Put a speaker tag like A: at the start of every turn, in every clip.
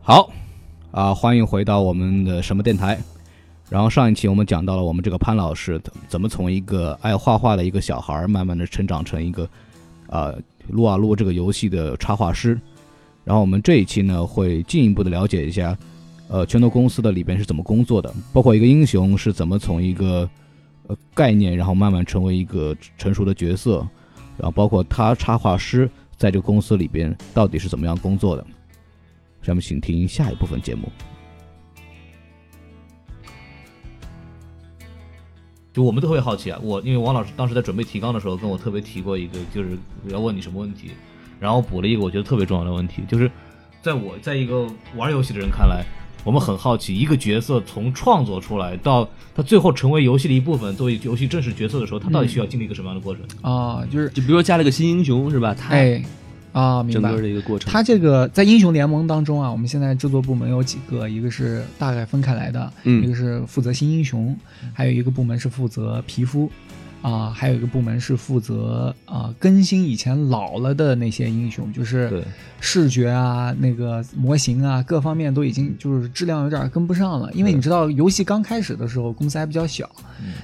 A: 好，啊，欢迎回到我们的什么电台。然后上一期我们讲到了我们这个潘老师怎怎么从一个爱画画的一个小孩儿，慢慢的成长成一个，呃，撸啊撸这个游戏的插画师。然后我们这一期呢，会进一步的了解一下，呃，拳头公司的里边是怎么工作的，包括一个英雄是怎么从一个呃概念，然后慢慢成为一个成熟的角色，然后包括他插画师在这个公司里边到底是怎么样工作的。下面请听下一部分节目。就我们都会好奇啊，我因为王老师当时在准备提纲的时候，跟我特别提过一个，就是要问你什么问题，然后补了一个我觉得特别重要的问题，就是在我在一个玩游戏的人看来，我们很好奇一个角色从创作出来到他最后成为游戏的一部分，作为游戏正式角色的时候，他到底需要经历一个什么样的过程？
B: 啊，就是
C: 就比如加了个新英雄是吧？他
B: 哎啊，明
C: 整
B: 白
C: 个。的一个过程，
B: 它这个在英雄联盟当中啊，我们现在制作部门有几个，一个是大概分开来的，
C: 嗯
B: 一个是负责新英雄，还有一个部门是负责皮肤，啊、还有一个部门是负责啊、更新以前老了的那些英雄，就是
C: 对
B: 视觉啊、那个模型啊各方面都已经就是质量有点跟不上了，因为你知道游戏刚开始的时候公司还比较小，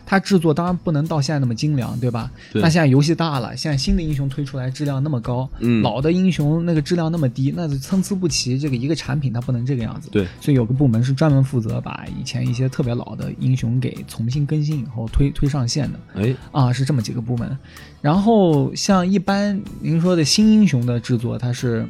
B: 它制作当然不能到现在那么精良，对吧？
C: 嗯对
B: 那现在游戏大了，现在新的英雄推出来质量那么高，
C: 嗯
B: 老的英雄那个质量那么低，那就参差不齐。这个一个产品它不能这个样子。
C: 对，
B: 所以有个部门是专门负责把以前一些特别老的英雄给重新更新以后推推上线的
C: 哎，
B: 啊，是这么几个部门。然后像一般您说的新英雄的制作，它是。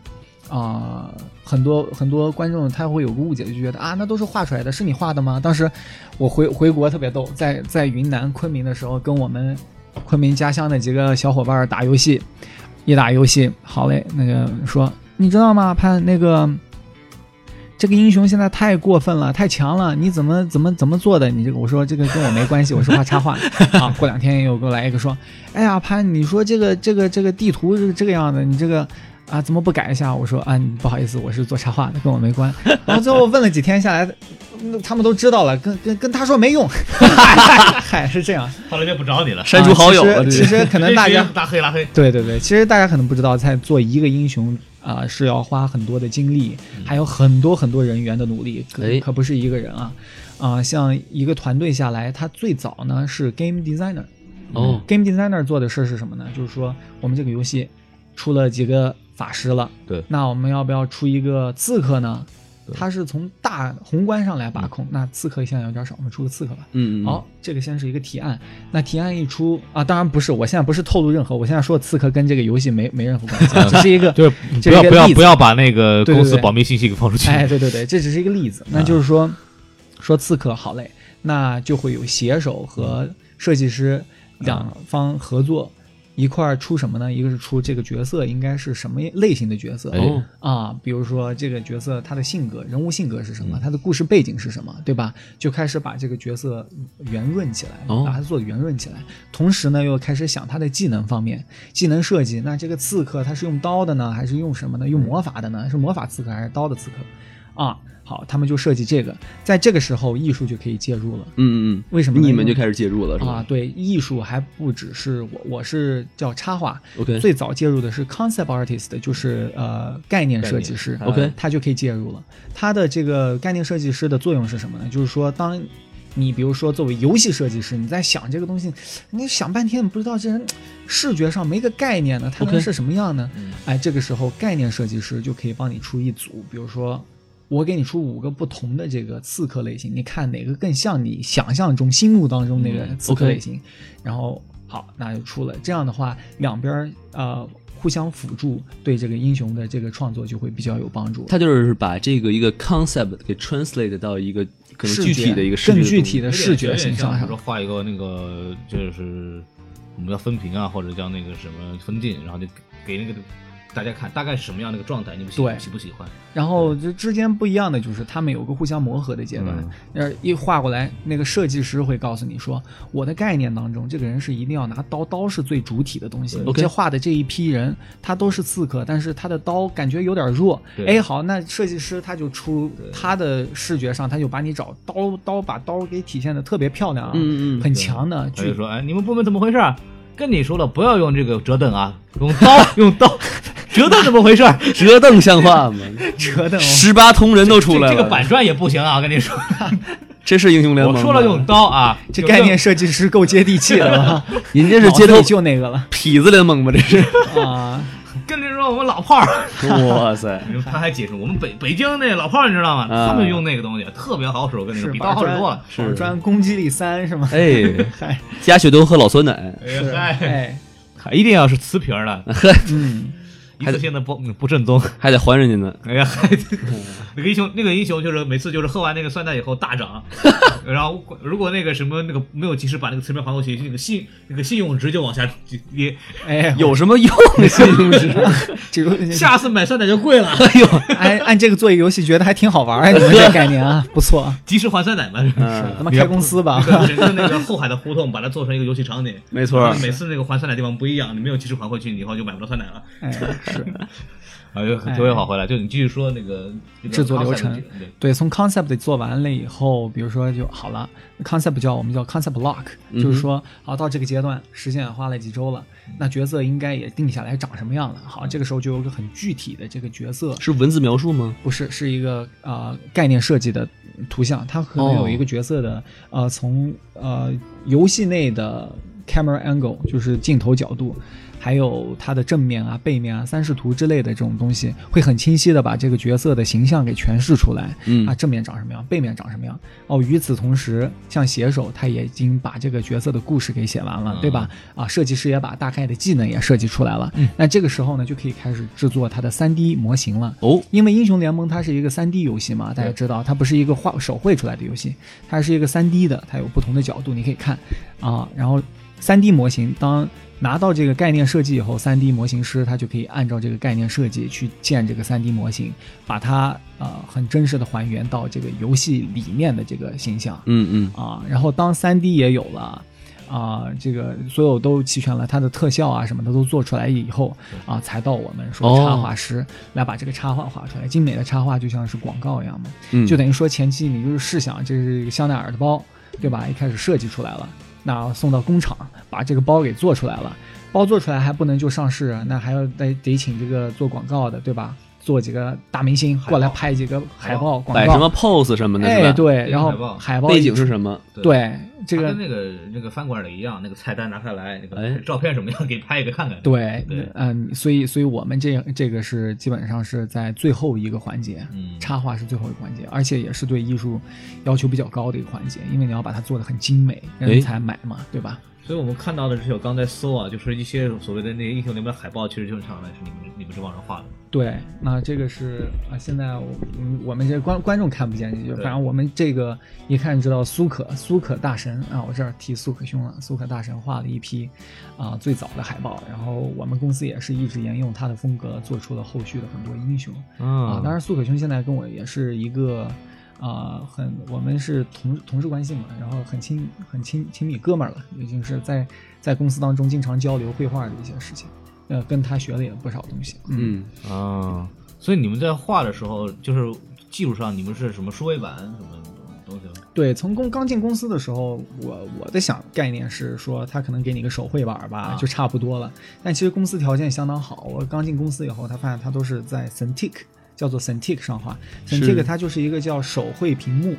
B: 啊、很多很多观众他会有个误解，就觉得啊，那都是画出来的，是你画的吗？当时我回回国特别逗，在在云南昆明的时候，跟我们昆明家乡的几个小伙伴儿打游戏，一打游戏，好嘞，那个说你知道吗？潘那个这个英雄现在太过分了，太强了，你怎么怎么怎么做的？你这个我说这个跟我没关系，我是画插画 啊。过两天又给我来一个说，哎呀潘，你说这个这个这个地图是这个样的，你这个。啊，怎么不改一下？我说啊，你不好意思，我是做插画的，跟我没关。 然后最后问了几天下来，那他们都知道了，跟跟跟他说没用， 嗨，是这样。
A: 后来就不找你了，
C: 删除好友
B: 啊
C: 了，
B: 其
C: 这
B: 实其实可能大家
A: 拉黑拉黑。
B: 对对对，其实大家可能不知道，在做一个英雄啊、是要花很多的精力，
A: 嗯
B: 还有很多很多人员的努力，可
C: 哎
B: 可不是一个人啊。啊、像一个团队下来，他最早呢是 game designer，
C: 哦，
B: game designer 做的事儿是什么呢？就是说我们这个游戏出了几个法师了，
A: 对
B: 那我们要不要出一个刺客呢？他是从大宏观上来把控，那刺客现在有点少，我们出个刺客吧。
C: 嗯，嗯
B: 好、，这个先是一个提案。那提案一出啊，当然不是，我现在不是透露任何，我现在说刺客跟这个游戏没没任何关系 啊，只是一个
A: 就是不
B: 这是
A: 要
B: 一个
A: 不要
B: 例子
A: 不要把那个
B: 对对
A: 公司
B: 对
A: 保密信息给放出去。
B: 哎，对对对，这只是一个例子。那就是说，说刺客好嘞，那就会有写手和设计师两方合作。一块儿出什么呢？一个是出这个角色应该是什么类型的角色，
A: 哎
B: 啊，比如说这个角色他的性格、人物性格是什么，他的故事背景是什么，对吧？就开始把这个角色圆润起来，
C: 哦
B: 把它做圆润起来。同时呢，又开始想他的技能方面，技能设计。那这个刺客他是用刀的呢，还是用什么呢？用魔法的呢？是魔法刺客还是刀的刺客？啊，好，他们就设计这个。在这个时候，艺术就可以介入了。
C: 嗯嗯嗯，
B: 为什么呢
C: 你们就开始介入了是
B: 啊，
C: 吧
B: 对，艺术还不只是我，我是叫插画，
C: ？OK，
B: 最早介入的是 concept artist，就是呃概念设计师呃
C: 概念 OK
B: 他就可以介入了。他的这个概念设计师的作用是什么呢？就是说，当你比如说作为游戏设计师，你在想这个东西，你想半天，你不知道这人视觉上没个概念呢，他能
C: OK 嗯
B: 是什么样呢哎，这个时候概念设计师就可以帮你出一组，比如说。我给你出五个不同的这个刺客类型，你看哪个更像你想象中、心目当中那个刺客
C: 嗯 OK
B: 类型？然后好，那就出了。这样的话，两边儿呃互相辅助，对这个英雄的这个创作就会比较有帮助。
C: 他就是把这个一个 concept 给 translate 到一个可能
B: 视
C: 具体
B: 觉
C: 的一个视
B: 更
C: 觉
B: 具
C: 东
B: 体的视觉形象
D: 比
B: 上
D: 如说。画一个那个就是我们叫分屏啊，或者叫那个什么分镜，然后就给那个大家看大概是什么样的一个状态，你们喜
B: 对
D: 喜不喜欢？
B: 然后这之间不一样的就是他们有个互相磨合的阶段
D: 嗯。
B: 那、一画过来，那个设计师会告诉你说，我的概念当中，这个人是一定要拿刀，刀是最主体的东西。
D: 对
B: 我这画的这一批人，他都是刺客，但是他的刀感觉有点弱。哎，好，那设计师他就出他的视觉上，他就把你找刀刀把刀给体现的特别漂亮啊，
E: 嗯嗯
B: 很强的
D: 他就
B: 剧。
D: 说：“哎，你们部门怎么回事儿？跟你说了，不要用这个折凳啊，用刀，用刀，折凳怎么回事儿？
C: 折凳像话吗？
B: 折腾哦
C: 十八铜人都出
D: 这
C: 来了，哎
D: 这个板砖也不行啊！我跟你说，
C: 这是英雄联
D: 我
C: 盟吗。
D: 说了用刀啊，
B: 这
D: 用
B: 概
D: 凳
B: 念设计师够接地气的了，
C: 人家是街
B: 脑
C: 头
B: 子里就那个了
C: 痞子联盟吗？这是，
B: 啊。
D: 跟着说我们老炮儿。”
C: 哇塞！
D: 他还解释，我们北北京那老炮儿你知道吗？
C: 啊
D: 他们用那个东西特别好使，跟那
B: 是
D: 个比
B: 板
D: 刀好使
B: 砖
D: 多了。
C: 是
B: 板砖攻击力三是吗？
C: 哎，
B: 嗨，
C: 加血都喝老酸奶，
D: 哎
B: 是
D: 嗨，
B: 哎，
D: 一定要是瓷瓶儿的，
B: 嗯，
D: 一次性的不嗯不正宗。
C: 还得还人家呢。
D: 哎呀，嗨，那个英雄，那个英雄就是每次就是喝完那个酸奶以后大涨， 然后如果那个什么那个没有及时把那个瓷瓶还过去，那个信那个信用值就往下跌，
B: 哎，
C: 有什么用？信用值
B: 这个
D: 下次买酸奶就贵了。
B: 按哎按这个做一个游戏，觉得还挺好玩哎，你们这概念啊，不错，
D: 及时还酸奶嘛，
B: 咱们开公司吧
D: 那。个整个那个后海的胡同把它做成一个游戏场 景，
C: 没错
D: 每次那个还酸奶地方不一样，你没有及时还回去，你以后就买不到酸奶了。
B: 哎，是
D: 啊，就特别好回来。就你继续说那个这个
B: 制作
D: concept
B: 流程
D: 对，
B: 对，从 concept 做完了以后，比如说就好了，concept 叫我们叫 concept lock，就是说，好到这个阶段，实现花了几周了，那角色应该也定下来长什么样了。好，这个时候就有一个很具体的这个角色
C: 是文字描述吗？
B: 不是，是一个呃概念设计的图像，它可能有一个角色的、呃从呃游戏内的 camera angle 就是镜头角度，还有它的正面啊、背面啊、三视图之类的这种东西，会很清晰的把这个角色的形象给诠释出来。
C: 嗯
B: 啊，正面长什么样，背面长什么样。哦，与此同时，像写手他也已经把这个角色的故事给写完了，对吧？啊，设计师也把大概的技能也设计出来了。那这个时候呢，就可以开始制作它的 3D 模型了。
C: 哦，
B: 因为英雄联盟它是一个 3D 游戏嘛，大家知道它不是一个画手绘出来的游戏，它是一个 3D 的，它有不同的角度你可以看啊。然后 3D 模型当拿到这个概念设计以后，3D 模型师他就可以按照这个概念设计去建这个 3D 模型，把它呃很真实的还原到这个游戏里面的这个形象。
C: 嗯嗯，
B: 啊，然后当 3D 也有了。啊，这个所有都齐全了，它的特效啊什么的都做出来以后啊，才到我们说
C: 哦
B: 插画师来把这个插画画出来。精美的插画就像是广告一样嘛，
C: 嗯
B: 就等于说前期你就是试想这是一个香奈儿的包，对吧？一开始设计出来了，那送到工厂把这个包给做出来了，包做出来还不能就上市，啊那还要得得请这个做广告的，对吧？做几个大明星过来拍几个海报广告，
C: 摆什么 pose 什么的，是吧？
B: 哎，对，然
D: 哦海报
B: 后海报
C: 背
B: 一
C: 景是什么？
B: 对这
D: 它
B: 个
D: 跟那个那个饭馆里一样，那个菜单拿开来，那
C: 哎
D: 个照片什么样，给拍一个看看。
B: 对
D: 对，
B: 嗯，所以所以我们这这个是基本上是在最后一个环节，
D: 嗯
B: 插画是最后一个环节，而且也是对艺术要求比较高的一个环节，因为你要把它做的很精美，
C: 哎
B: 人才买嘛，对吧？
D: 所以我们看到的这些，我刚才搜啊，就是一些所谓的那些英雄联盟的海报，其实就是上来是你们你们这帮人画的。
B: 对，那这个是啊，现在我嗯我们这观观众看不见，就
D: 对
B: 反正我们这个一看知道苏可苏可大神啊，我这儿提苏可兄了，苏可大神画了一批啊最早的海报，然后我们公司也是一直沿用他的风格，做出了后续的很多英雄。啊，当然苏可兄现在跟我也是一个，啊，很我们是同同事关系嘛，然后很亲很亲亲密哥们儿了，已经是在在公司当中经常交流绘画的一些事情，呃，跟他学了也不少东西。嗯，
C: 嗯，
D: 啊，所以你们在画的时候，就是技术上你们是什么数位板什么东西吗？
B: 对，从公刚进公司的时候，我我的想概念是说，他可能给你个手绘板儿吧，
D: 啊
B: 就差不多了。但其实公司条件相当好，我刚进公司以后，他发现他都是在 Cintiq 叫做 Cintiq 上画，Cintiq 它就是一个叫手绘屏幕。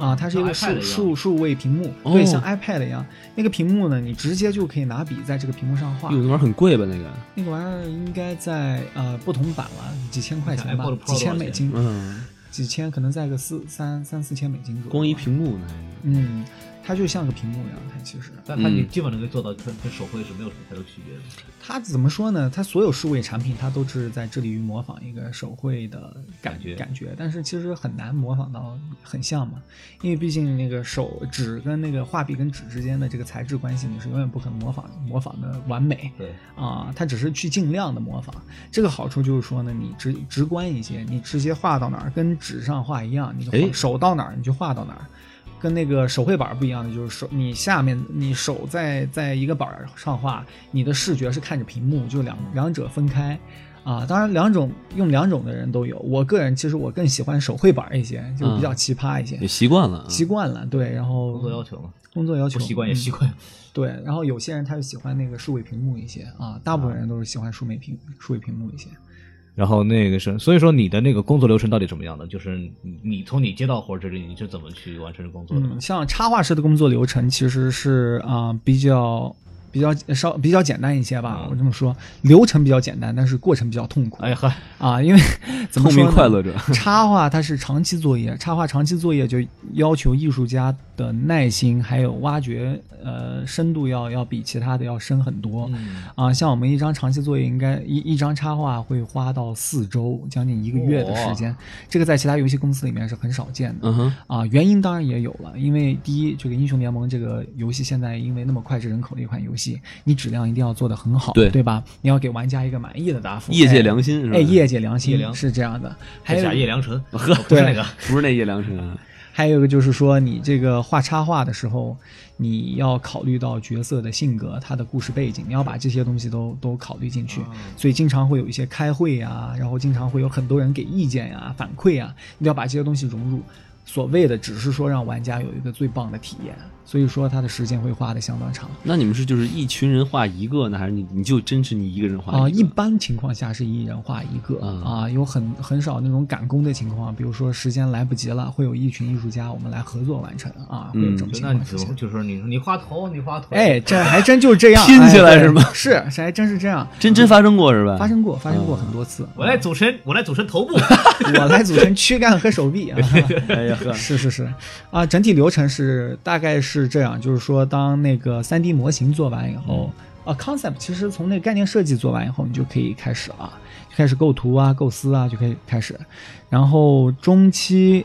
B: 啊，它是一个
D: 像 iPad
B: 数
D: 样
B: 数数位屏幕，
C: 哦
B: 对，像 iPad 一样。那个屏幕呢，你直接就可以拿笔在这个屏幕上画
C: 哎哟，。那玩意儿很贵吧？那个，
B: 那个玩意儿应该在呃不同版了，几千块钱吧
D: 你看，iPod Pro
B: 几千美金，
C: 嗯，
B: 几千可能在个四三三四千美金左右吧。
C: 光一屏幕呢？
B: 嗯，它就像个屏幕一样，它其实
D: 但它也
C: 嗯
D: 基本能够做到跟跟手绘是没有什么太多区别的。
B: 它怎么说呢？它所有数位产品，它都是在致力于模仿一个手绘的感
D: 感觉
B: 感觉，但是其实很难模仿到很像嘛，因为毕竟那个手纸跟那个画笔跟纸之间的这个材质关系，你是永远不可能模仿模仿的完美
D: 对，
B: 啊。它只是去尽量的模仿，这个好处就是说呢，你直直观一些，你直接画到哪儿跟纸上画一样，你就
C: 哎
B: 画手到哪儿你就画到哪儿。跟那个手绘板不一样的就是手，你下面你手在在一个板儿上画，你的视觉是看着屏幕，就两两者分开。啊，当然，两种用两种的人都有。我个人其实我更喜欢手绘板一些，就比较奇葩一些，
C: 也习惯了啊，
B: 习惯了。对，然
D: 嗯
B: 后
D: 工作要求嘛，
B: 工作要求
D: 不习惯也
B: 嗯
D: 习惯。
B: 对，然后有些人他就喜欢那个数位屏幕一些啊，大部分人都是喜欢数位屏数位屏幕一些。
A: 然后那个是，所以说你的那个工作流程到底怎么样的？就是
D: 你你从你接到活儿这里，你是怎么去完成工作的呢
B: 嗯，？像插画师的工作流程其实是啊、比较比较稍比较简单一些吧，我这么说，流程比较简单，但是过程比较痛苦。
D: 哎呵，
B: 啊， 因为怎么说
C: 痛并
B: 呢
C: 快乐着。
B: 插画它是长期作业，插画长期作业就要求艺术家的耐心，还有挖掘呃深度要要比其他的要深很多。
D: 嗯
B: 啊，像我们一张长期作业，应该一一张插画会花到四周，将近一个月的时间，这个在其他游戏公司里面是很少见的。
C: 嗯哼，
B: 啊，原因当然也有了，因为第一，这个英雄联盟这个游戏现在因为那么脍炙人口的一款游戏，你质量一定要做得很好，
C: 对
B: 吧？你要给玩家一个满意的答复。
C: 业界
B: 哎
C: 良心是吧？
B: 哎，业界良心
D: 业良
B: 是这样的，还
D: 还
B: 有
D: 假叶良 辰，呵，不是
B: 对
D: 那个，
C: 不是那叶良辰啊，
B: 还有一个就是说，你这个画插画的时候，你要考虑到角色的性格、他的故事背景，你要把这些东西都都考虑进
D: 啊
B: 去。所以经常会有一些开会呀、然后经常会有很多人给意见呀、反馈呀、你要把这些东西融入。所谓的只是说让玩家有一个最棒的体验，所以说他的时间会花的相当长。
C: 那你们是就是一群人画一个呢，还是你你就真是你一个人画
B: 啊、
C: 一
B: 一
C: 个
B: 般情况下是一人画一个
C: 嗯
B: 啊、有很很少那种赶工的情况，比如说时间来不及了，会有一群艺术家我们来合作完成啊，会有这种
C: 嗯
B: 情
D: 那你
B: 况出
D: 怎
B: 现。
D: 么就是说你说你画头，你画腿，
B: 哎，这还真就这样
C: 拼起来
B: 哎对
C: 是吗
B: 是，这还真是这样，
C: 真真发生嗯过是吧？
B: 发生过，发生过很多次。
D: 我来组成，我来组成 头部，
B: 我来组成躯干和手 臂啊。
C: 哎呀 呵，
B: 是是是，啊，整体流程是大概是这样，就是说，当那个3 D 模型做完以后，
C: 嗯
B: 啊，concept 其实从那个概念设计做完以后，你就可以开始了，就开始构图啊、构思啊，就可以开始。然后中期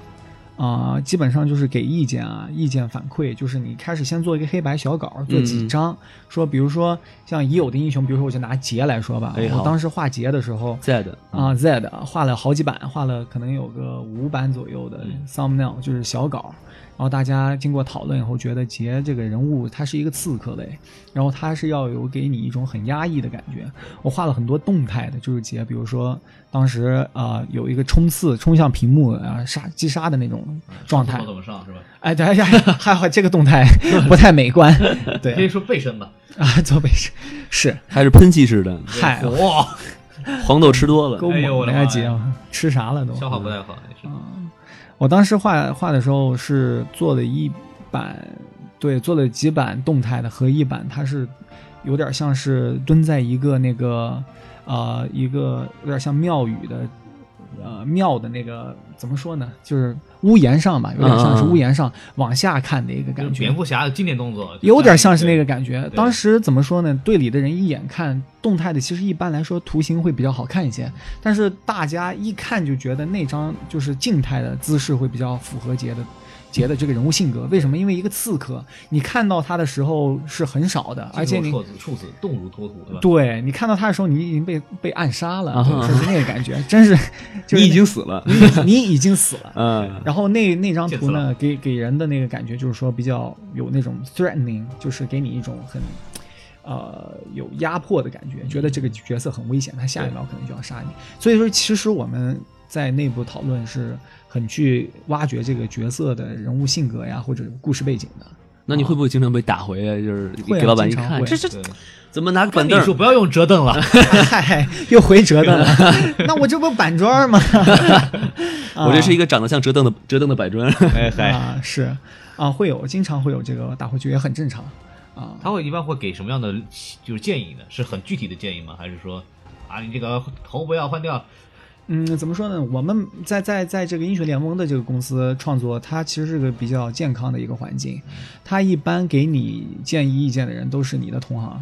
B: 啊、基本上就是给意见啊，意见反馈，就是你开始先做一个黑白小稿，做几
C: 嗯
B: 张，说比如说像已有的英雄，比如说我就拿杰来说吧，
C: 哎好
B: 我当时画杰的时候，
C: 在的
B: 啊、z 的画了好几版，画了可能有个五版左右的
D: 嗯
B: thumbnail，就是小稿。然后大家经过讨论以后，觉得杰这个人物他是一个刺客类，然后他是要有给你一种很压抑的感觉。我画了很多动态的，就是杰，比如说当时啊、呃有一个冲刺冲向屏幕啊、杀击杀的那
D: 嗯
B: 种状态
D: 我。怎么上是吧？
B: 哎，等一下，还好这个动态不太 美观。
D: 可以
B: 对
D: 说背身吧。
B: 啊，左背是是，
C: 还是喷气式的，
B: 嗨，
D: 哇，
C: 黄豆 吃多了
B: 够
D: 哎呦
B: 猛
D: 我
B: 的
D: 的
B: 呀
D: 妈
B: 杰
D: 呀，
B: 吃啥了都？嗯
D: 消耗不太好，也是
B: 我当时画画的时候是做了一版，对，做了几版动态的和一版，它是有点像是蹲在一个那个呃一个有点像庙宇的呃庙的那个怎么说呢，就是屋檐上吧，有点像是屋檐上往下看的一个
D: 就
B: 感
D: 是
B: 觉，
D: 蝙蝠侠的经典动作，
B: 有点像是那个感觉。
D: 对
B: 当时怎么说呢？队里的人一眼看动态的，其实一般来说图形会比较好看一些，但是大家一看就觉得那张就是静态的姿势会比较符合杰的。杰的这个人物性格，为什么？因为一个刺客，你看到他的时候是很少的，而且你
D: 处子处子动如脱兔，对吧？
B: 对你看到他的时候，你已经被被暗杀了，
C: 啊哈
B: 对就是那个感觉，真是，就
C: 你
B: 是
C: 已经死了，
B: 那你已经死了，
C: 嗯，
B: 然后那那张图
D: 见色
B: 呢，给给人的那个感觉就是说比较有那种 threatening，就是给你一种很呃有压迫的感
C: 嗯
B: 觉，觉得这个角色很危险，他下一秒可能就要杀你。所以说，其实我们在内部讨论是很去挖掘这个角色的人物性格呀，或者故事背景 的。
C: 那你会不会经常被打回来？就是
B: 会啊
C: 给老板一
B: 经常
C: 看，
B: 会
C: 这是
D: 对
C: 怎么拿个板
D: 跟你
C: 凳
D: 说不要用折凳 了，
B: 嗨，哎又回折腾 了， 那我这不板砖吗？
C: 我这是一个长得像折凳的折凳的摆砖，哎嗨，
B: 啊，是啊，会有经常会有这个打回去，也很正常啊。
D: 他会一般会给什么样的就是建议呢？是很具体的建议吗？还是说啊，你这个头不要换掉，
B: 嗯，怎么说呢？我们在在在这个英雄联盟的这个公司创作，它其实是个比较健康的一个环境。它一般给你建议意见的人都是你的同行。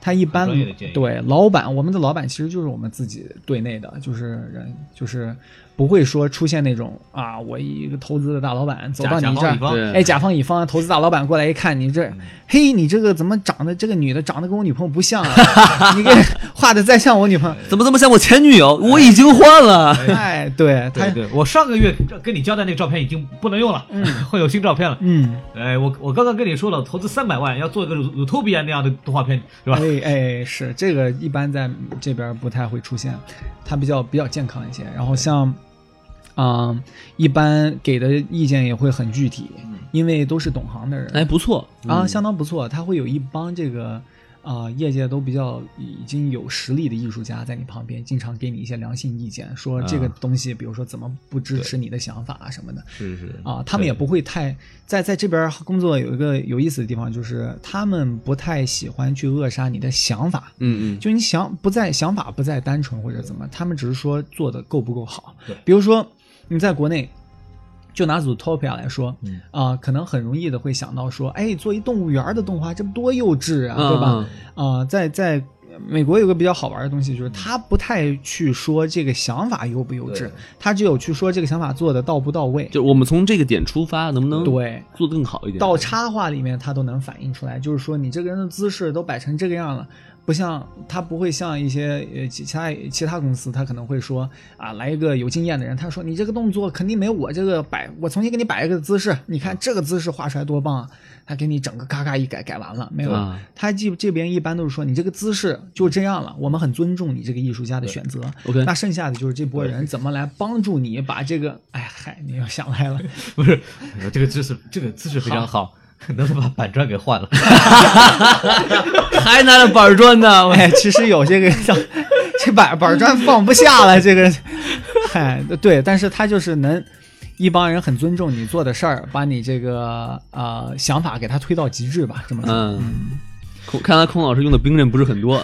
B: 他一般
D: 专业的建议
B: 对老板，我们的老板其实就是我们自己队内的，就是人，就是不会说出现那种啊，我一个投资的大老板走到
D: 甲
B: 你
D: 甲
B: 这
D: 方
B: 儿
D: 乙，方，
C: 对
B: 哎，甲方嗯乙方投资大老板过来一看，你这，嘿，你这个怎么长得这个女的长得跟我女朋友不像啊？ 你给画的再像我女朋友，
C: 怎么这么像我前女
B: 啊
C: 友？我已经换了。
B: 哎，对他
D: 对，对，我上个月跟你交代那个照片已经不能用了， 会有新照片了。
B: 嗯，
D: 哎，我我刚刚跟你说了，投资三百万要做一个 Utopia 那样的动画片，是吧？
B: 哎哎，是这个一般在这边不太会出现，它比较比较健康一些。然后像，啊、一般给的意见也会很具体，因为都是懂行的人。
C: 哎，不错
B: 啊，相当不错。他会有一帮这个啊、业界都比较已经有实力的艺术家在你旁边，经常给你一些良性意见，说这个东西，比如说怎么不支持你的想法啊什么的。
C: 是是
B: 啊，他们也不会太在在这边工作有一个有意思的地方，就是他们不太喜欢去扼杀你的想法。
C: 嗯嗯，
B: 就你想不再想法不再单纯或者怎么，他们只是说做的够不够好。比如说你在国内，就拿 Zootopia 来说，啊、
D: 嗯
B: 可能很容易的会想到说，哎，做一动物园的动画，这不多幼稚啊，对吧？
C: 嗯嗯
B: 啊、在在美国有个比较好玩的东西，就是他不太去说这个想法幼不幼稚
D: 对，
B: 他只有去说这个想法做的到不到位。
C: 就我们从这个点出发，能不能
B: 对，
C: 做得更好一点？
B: 到插画里面，它都能反映出来，就是说你这个人的姿势都摆成这个样了，不像他不会像一些呃其其他其他公司，他可能会说啊，来一个有经验的人，他说你这个动作肯定没有我这个摆，我重新给你摆一个姿势，你
C: 啊
B: 看这个姿势画出来多棒啊！他给你整个咔咔一改，改完了没有？
C: 啊
B: 他这这边一般都是说你这个姿势就这样了，我们很尊重你这个艺术家的选择。
C: OK
B: 那剩下的就是这波人怎么来帮助你把这个，哎嗨，你又想来了。
D: 不是，这个姿势，这个姿势非常好，能不能把板砖给换了？
C: 还拿着板砖呢，喂，
B: 哎，其实有这个叫这板板砖放不下了，这个，嗨，对，但是他就是能一帮人很尊重你做的事儿，把你这个呃想法给他推到极致吧，这么说。
C: 嗯。孔看来孔老师用的兵刃不是很多，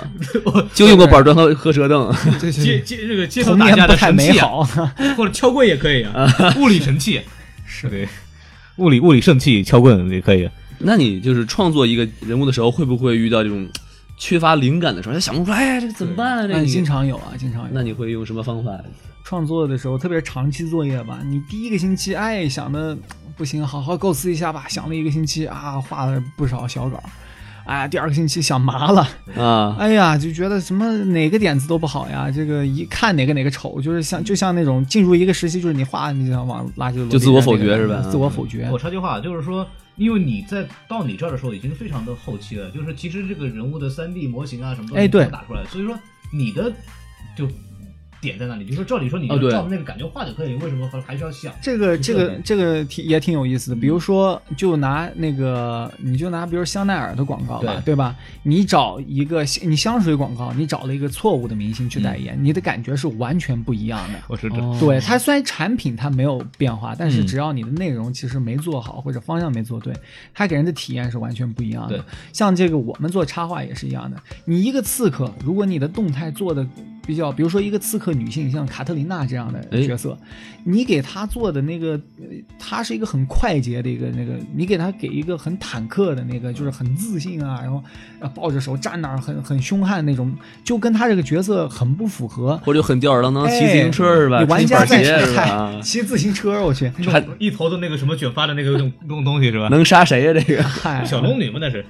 C: 就用过板砖和和折凳。
B: 这是
D: 接接这个街头
B: 童
D: 打
B: 年
D: 架
B: 不
D: 的
B: 太
D: 神
B: 美
D: 器啊，
B: 好，
D: 或者敲棍也可以 啊，物理神器 是对，物理物理圣器敲棍也可以。
C: 那你就是创作一个人物的时候，会不会遇到这种缺乏灵感的时候，想不出来，哎，这个怎么办啊？
B: 嗯，
C: 这个
B: 经常有啊，经常有。
C: 那你会用什么方法？
B: 创作的时候，特别是长期作业吧，你第一个星期，哎，想的不行，好好构思一下吧。想了一个星期啊，画了不少小稿，哎，第二个星期想麻了，
C: 啊，
B: 哎呀，就觉得什么哪个点子都不好呀，这个一看哪个哪个丑，就是像就像那种进入一个时期，就是你画你想往垃圾篓里
C: 嗯就自我否决
B: 扔那个
C: 是吧嗯
B: 自我否决
D: 我，插句话，就是说，因为你在到你这儿的时候已经非常的后期了，就是其实这个人物的三 D 模型啊什么都
B: 哎
D: 已
B: 对
D: 经打出来了，所以说你的就点在那里，就是说照理说你
C: 哦
D: 就
C: 对
D: 照那个感觉画就可以，为什么还还需要想？
B: 这个这个这个挺也挺有意
C: 嗯
B: 思的。比如说，就拿那个，你就拿比如香奈儿的广告吧，对
D: 对
B: 吧？你找一个你香水广告，你找了一个错误的明星去代
C: 嗯
B: 言，你的感觉是完全不一样的。
D: 我是
B: 对它虽然产品它没有变化，但是
D: 嗯
B: 只要你的内容其实没做好或者方向没做对，它给人的体验是完全不一样的
D: 对。
B: 像这个我们做插画也是一样的，你一个刺客，如果你的动态做的比较，比如说一个刺客女性，像卡特琳娜这样的
C: 哎
B: 角色，你给她做的那个，呃她是一个很快捷的一个那个，你给她给一个很坦克的那个，就是很自信啊，然后呃抱着手站那儿很很凶悍那种，就跟她这个角色很不符合。
C: 或者就很吊儿郎当，
B: 哎
C: 骑自行车是吧？
B: 你玩家
C: 穿板
B: 在
C: 鞋是
B: 嗨
C: 吧？啊
B: 骑自行车，我去，
C: 还
D: 一头的那个什么卷发的那个那种那种东西是吧？
C: 能杀谁呀？啊这个
B: 嗨，
D: 小龙女嘛那是，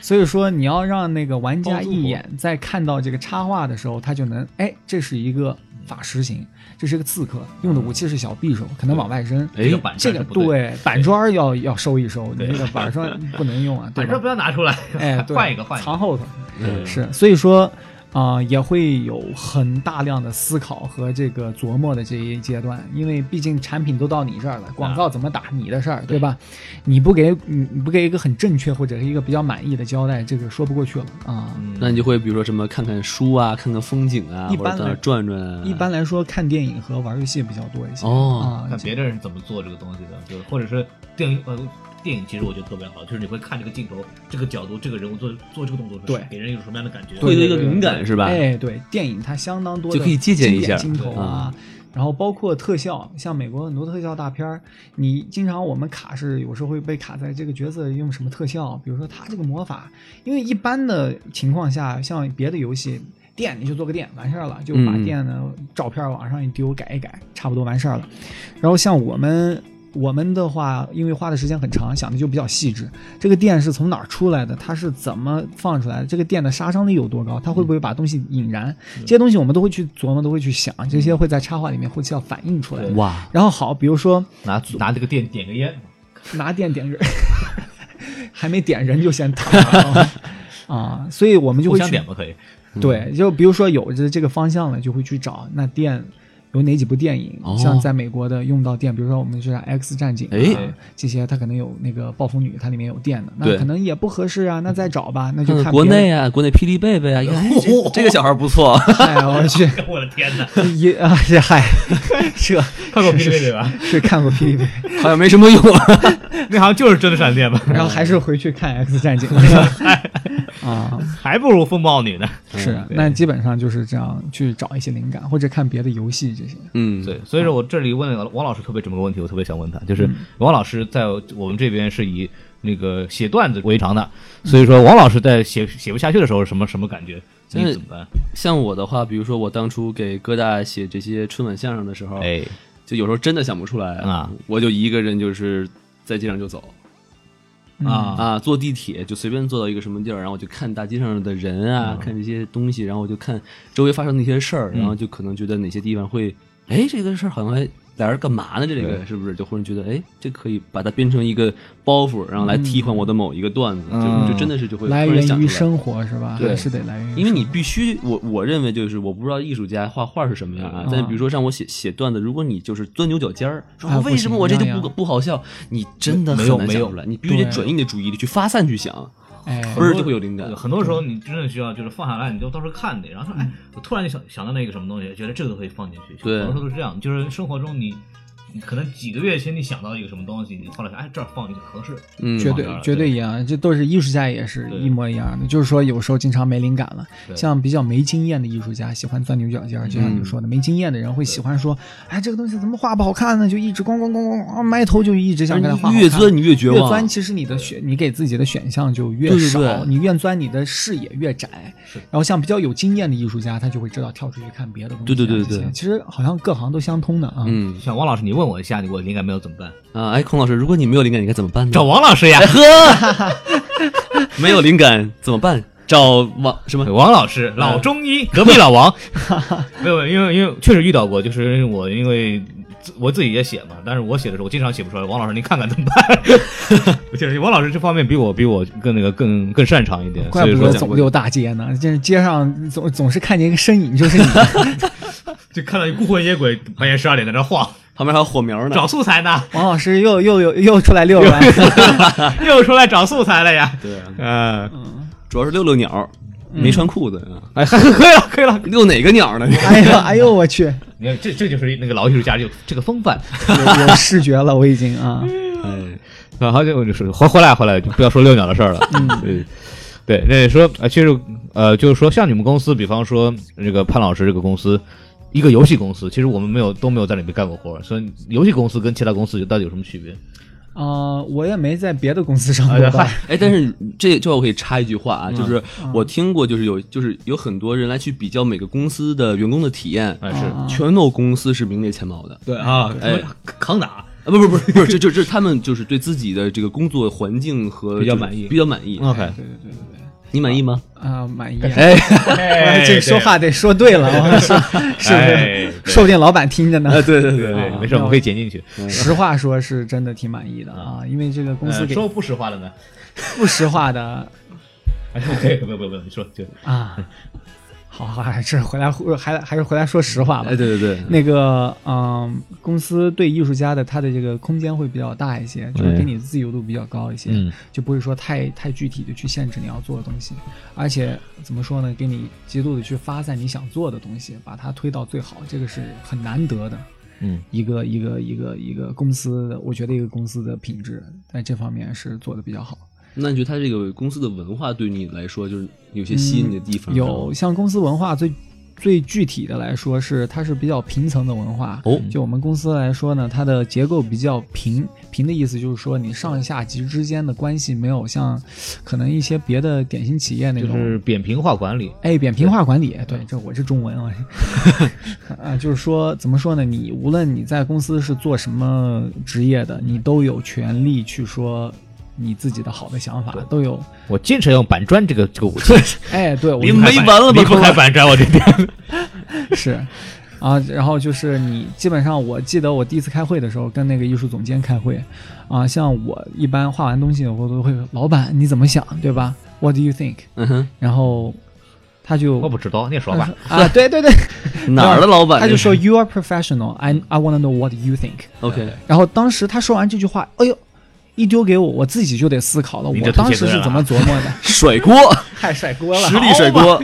B: 所以说，你要让那个玩家
D: 帮助
B: 一
D: 我
B: 眼在看到这个插画的时候，他就能，哎，这是一个法师型，这是一个刺客，用的武器是小匕首，可能往外伸。
C: 哎
D: 这个板
B: 这
D: 砖
B: 个
D: 是不对，
B: 对板砖儿要要收一收，你
D: 对
B: 那个板砖不能用啊，对
D: 板
B: 吧
D: 砖不？要拿出来，
B: 哎，对
D: 换一个嗯换一个。
B: 藏后头。是，所以说啊、也会有很大量的思考和这个琢磨的这一阶段，因为毕竟产品都到你这儿了，广告怎么打你的事儿，对
D: 啊
B: 吧？你不给你你不给一个很正确或者是一个比较满意的交代，这个说不过去了啊。
D: 嗯
C: 那你就会比如说什么看看书啊，看看风景啊，
B: 一
C: 或者
B: 般
C: 到那
B: 来
C: 儿转转啊。
B: 一般来说，看电影和玩游戏比较多一些。
C: 哦，
B: 啊
D: 看，别的人怎么做这个东西的，就或者是电影呃电影其实我觉得特别好，就是你会看这个镜头、这个角度、这个人物做做这个动作是
B: 对
D: 给人一种什么样的感觉？
C: 会有
B: 对
C: 一个灵感是吧？
B: 哎，对，电影它相当多的
C: 就可以借鉴一下嗯
B: 经典镜头啊。然后包括特效，像美国很多特效大片儿，你经常我们卡是有时候会被卡在这个角色用什么特效，比如说他这个魔法，因为一般的情况下，像别的游戏电你就做个电完事儿了，就把
C: 嗯
B: 电的照片往上一丢改一改，差不多完事儿了。然后像我们我们的话，因为花的时间很长，想的就比较细致。这个电是从哪儿出来的？它是怎么放出来的？这个电的杀伤力有多高？它会不会把东西引燃？这些东西我们都会去琢磨，都会去想，这些会在插画里面后期要反映出来的。
C: 哇，
B: 然后好，比如说
D: 拿拿这个电点个烟，
B: 拿电点人， 还没点人就先躺了啊 啊！所以我们就
D: 互
B: 会
D: 相
B: 去
D: 点吧可以。
C: 嗯
B: 对，就比如说有着这个方向了，就会去找那电有哪几部电影，
C: 哦
B: 像在美国的用到电，比如说我们就像《X 战警》
C: 哎
B: 啊这些，它可能有那个暴风女，它里面有电的，那
C: 对嗯
B: 可能也不合适啊，那再找吧，那就看别
C: 国内
B: 的。
C: 啊，国内霹雳贝贝啊，一看哎 这这个小孩不错，
B: 哎呀，我去，
D: 我的天 哪，
B: 一啊，这嗨，这
D: 看过霹
B: 是
D: 雳贝
B: 是
D: 贝吧？
B: 是看过霹 雳贝贝，
C: 好像没什么用啊。
D: 那好像就是真的闪电吧？
B: 然后还是回去看 X 战警 啊，
D: 还不如风暴女 呢。
B: 是，啊
C: 嗯
B: 那基本上就是这样去找一些灵感，或者看别的游戏这些。
C: 嗯，
D: 对，所以说我这里问了王老师特别这么个问题，我特别想问他，就是
B: 嗯
D: 王老师在我们这边是以那个写段子为常的，所以说王老师在写写不下去的时候是什么什么感觉？
C: 真的
D: 你怎么办？
C: 像我的话，比如说我当初给哥大写这些春晚相声的时
B: 哦
C: 候，
D: 哎，
C: 就有时候真的想不出来
D: 啊，
C: 我就一个人就是在街上就走
B: 嗯
D: 啊
C: 啊，坐地铁就随便坐到一个什么地儿，然后我就看大街上的人啊，看这些东西，然后我就看周围发生的一些事
D: 嗯
C: 儿，然后就可能觉得哪些地方会，哎，这个事儿好像还。在这儿干嘛呢？这个是不是就忽然觉得，哎，这可以把它变成一个包袱，然后来替换我的某一个段子，
D: 嗯
C: 就就真的是就会
B: 来
C: 突然想
B: 源于
C: 出来
B: 生活是吧？
C: 对
B: 还是得来源于生活，
C: 因为你必须，我我认为就是我不知道艺术家画画是什么样啊
B: 嗯，
C: 但比如说让我写写段子，如果你就是钻牛角尖儿，说哦
B: 啊
C: 为什么我这就不
B: 不行
C: 不好笑，你真的
D: 没
C: 很
D: 有
C: 难
D: 没
C: 想
D: 有
C: 出来，你必须得
B: 对
C: 转移你的注意力去发散去想，
B: 哎，
C: 不是就会有灵感
D: 对。很多时候你真的需要就是放下来，你就到时候看的，然后说，哎，我突然就想想到那个什么东西，觉得这个可以放进去。
C: 对
D: 很多时候都是这样，就是生活中你。你可能几个月前你想到一个什么东西，你后来说，哎，这儿放一个合适。
C: 嗯，
B: 绝
D: 往这儿
B: 对
D: 了
B: 绝对
D: 对
B: 一样，这都是艺术家也是
D: 对
B: 一模一样的。就是说，有时候经常没灵感了，
D: 对
B: 像比较没经验的艺术家喜欢钻牛角尖儿，就
C: 嗯
B: 像你说的，没经验的人会喜欢说，哎，这个东西怎么画不好看呢？就一直咣咣咣咣咣埋头就一直想给它画好
C: 越
B: 看
C: 钻你越绝
B: 越钻，
C: 望，
B: 其实你的选你给自己的选项就越
C: 对对
B: 少，
C: 对
B: 你越钻你的视野越窄。然后像比较有经验的艺术家，他就会知道跳出去看别的东西啊。
C: 对对对
B: 这些
C: 对
B: 其实好像各行都相通的啊。
C: 嗯
D: 像王老师，你问我一下，你我灵感没有怎么办？
C: 啊，哎，孔老师，如果你没有灵感，你该怎么办呢？哎
D: 找王老师呀。
C: 没有灵感怎么办？找王什么？
D: 王老师，老中医，隔壁老王。没有，因为因为确实遇到过，就是我因为自我自己也写嘛，但是我写的时候我经常写不出来。王老师，您看看怎么办？就是王老师这方面比我比我更那个更更擅长一点，
B: 怪
D: 所以
B: 不
D: 说
B: 得
D: 讲
B: 总溜大街呢，这街上总总是看见一个身影，就是 你。
D: 就看到一孤魂野鬼半夜十二点在那 晃，
C: 旁边还有火苗呢。
D: 找素材呢，
B: 王老师又又又又出来溜了，
D: 又出来找素材了呀。
C: 对啊，
D: 嗯，
C: 主要是溜溜鸟，没穿裤子啊，
D: 哎， 可以了，可以了。
C: 溜哪个鸟呢？
B: 哎 呦哎呦我去，
D: 你看，这这就是那个老艺术家就这个风范。
B: 有有视觉了，我已经啊，
C: 哎，
D: 啊，好久我就是回回来回来，就不要说遛鸟的事儿了。 嗯，对，那说啊，其实呃，就是说像你们公司，比方说这个潘老师这个公司，一个游戏公司，其实我们没有都没有在里面干过活儿，所以游戏公司跟其他公司到底有什么区别？
B: 啊，我也没在别的公司上
D: 哎
B: 过
D: 呀
B: 班，
C: 哎，但是这这我可以插一句话啊，就是我听过，就是有就是有很多人来去比较每个公司的员工的体验，
D: 哎是
B: 啊
C: 拳头公司是名列前茅的
D: 对啊，
C: 哎
D: 哎，扛打，
C: 啊，不不不是不是，这这这他们就是对自己的这个工作环境和
D: 比较
C: 就是
D: 满意嗯
C: 比较满意。
D: OK，
B: 对对对对对，
C: 你满意吗？
B: 啊，满意啊。
C: 哎，
B: 哎，这说话得说对了，我说是不
D: 哎
B: 是？说不定老板听着呢。
C: 对对
D: 对，
B: 啊
D: 没事，我们可以剪进去。
B: 实话说，是真的挺满意的啊，因为这个公司
D: 呃
B: 给
D: 说不实话的呢？
B: 不实话的
D: 哎，可以，不不不不，你说 就
B: 啊，好，好还是回来还还是回来说实话吧
C: 哎，。对对对，
B: 那个，嗯，公司对艺术家的他的这个空间会比较大一些，就是给你自由度比较高一些，
D: 哎嗯
B: 就不会说太太具体的去限制你要做的东西，而且怎么说呢，给你极度的去发散你想做的东西，把它推到最好，这个是很难得的。
D: 嗯
B: 一个一个一个一个公司的，我觉得一个公司的品质在这方面是做的比较好。
C: 那你觉得他这个公司的文化对你来说，就是有些吸引你的地方？
B: 嗯有像公司文化最最具体的来说是，它是比较平层的文化。
C: 哦
B: 就我们公司来说呢，它的结构比较平。平的意思就是说，你上下级之间的关系没有像可能一些别的典型企业那
D: 就
B: 种。
D: 是扁平化管理。
B: 哎，扁平化管理，对，这我是中文 啊，啊，就是说怎么说呢？你无论你在公司是做什么职业的，你都有权利去说你自己的好的想法，都有。
D: 我坚持要用板砖这个这个武 器，
B: 哎，对，我
C: 离
B: 们
C: 没完了吧
D: 离不开板砖，我这边。
B: 是，啊，然后就是你基本上，我记得我第一次开会的时候，跟那个艺术总监开会，啊，像我一般画完东西，我都会，老板你怎么想，对吧？What do you think？
C: 嗯哼，
B: 然说，他 就
D: 我不知道，你说 吧。
B: 啊，对对对，
C: 哪儿的老板？
B: 他就说
C: 这是
B: You are professional, I I want to know what you think。
C: OK，
B: 然后当时他说完这句话，哎呦。一丢给我，我自己就得思考了。
D: 你
B: 我
D: 这推
B: 当
D: 卸
B: 时
D: 责
B: 是
D: 任
B: 怎
D: 了
B: 么
D: 啊
B: 琢磨 的？
C: 甩锅，
B: 太甩锅了，
C: 实力甩锅。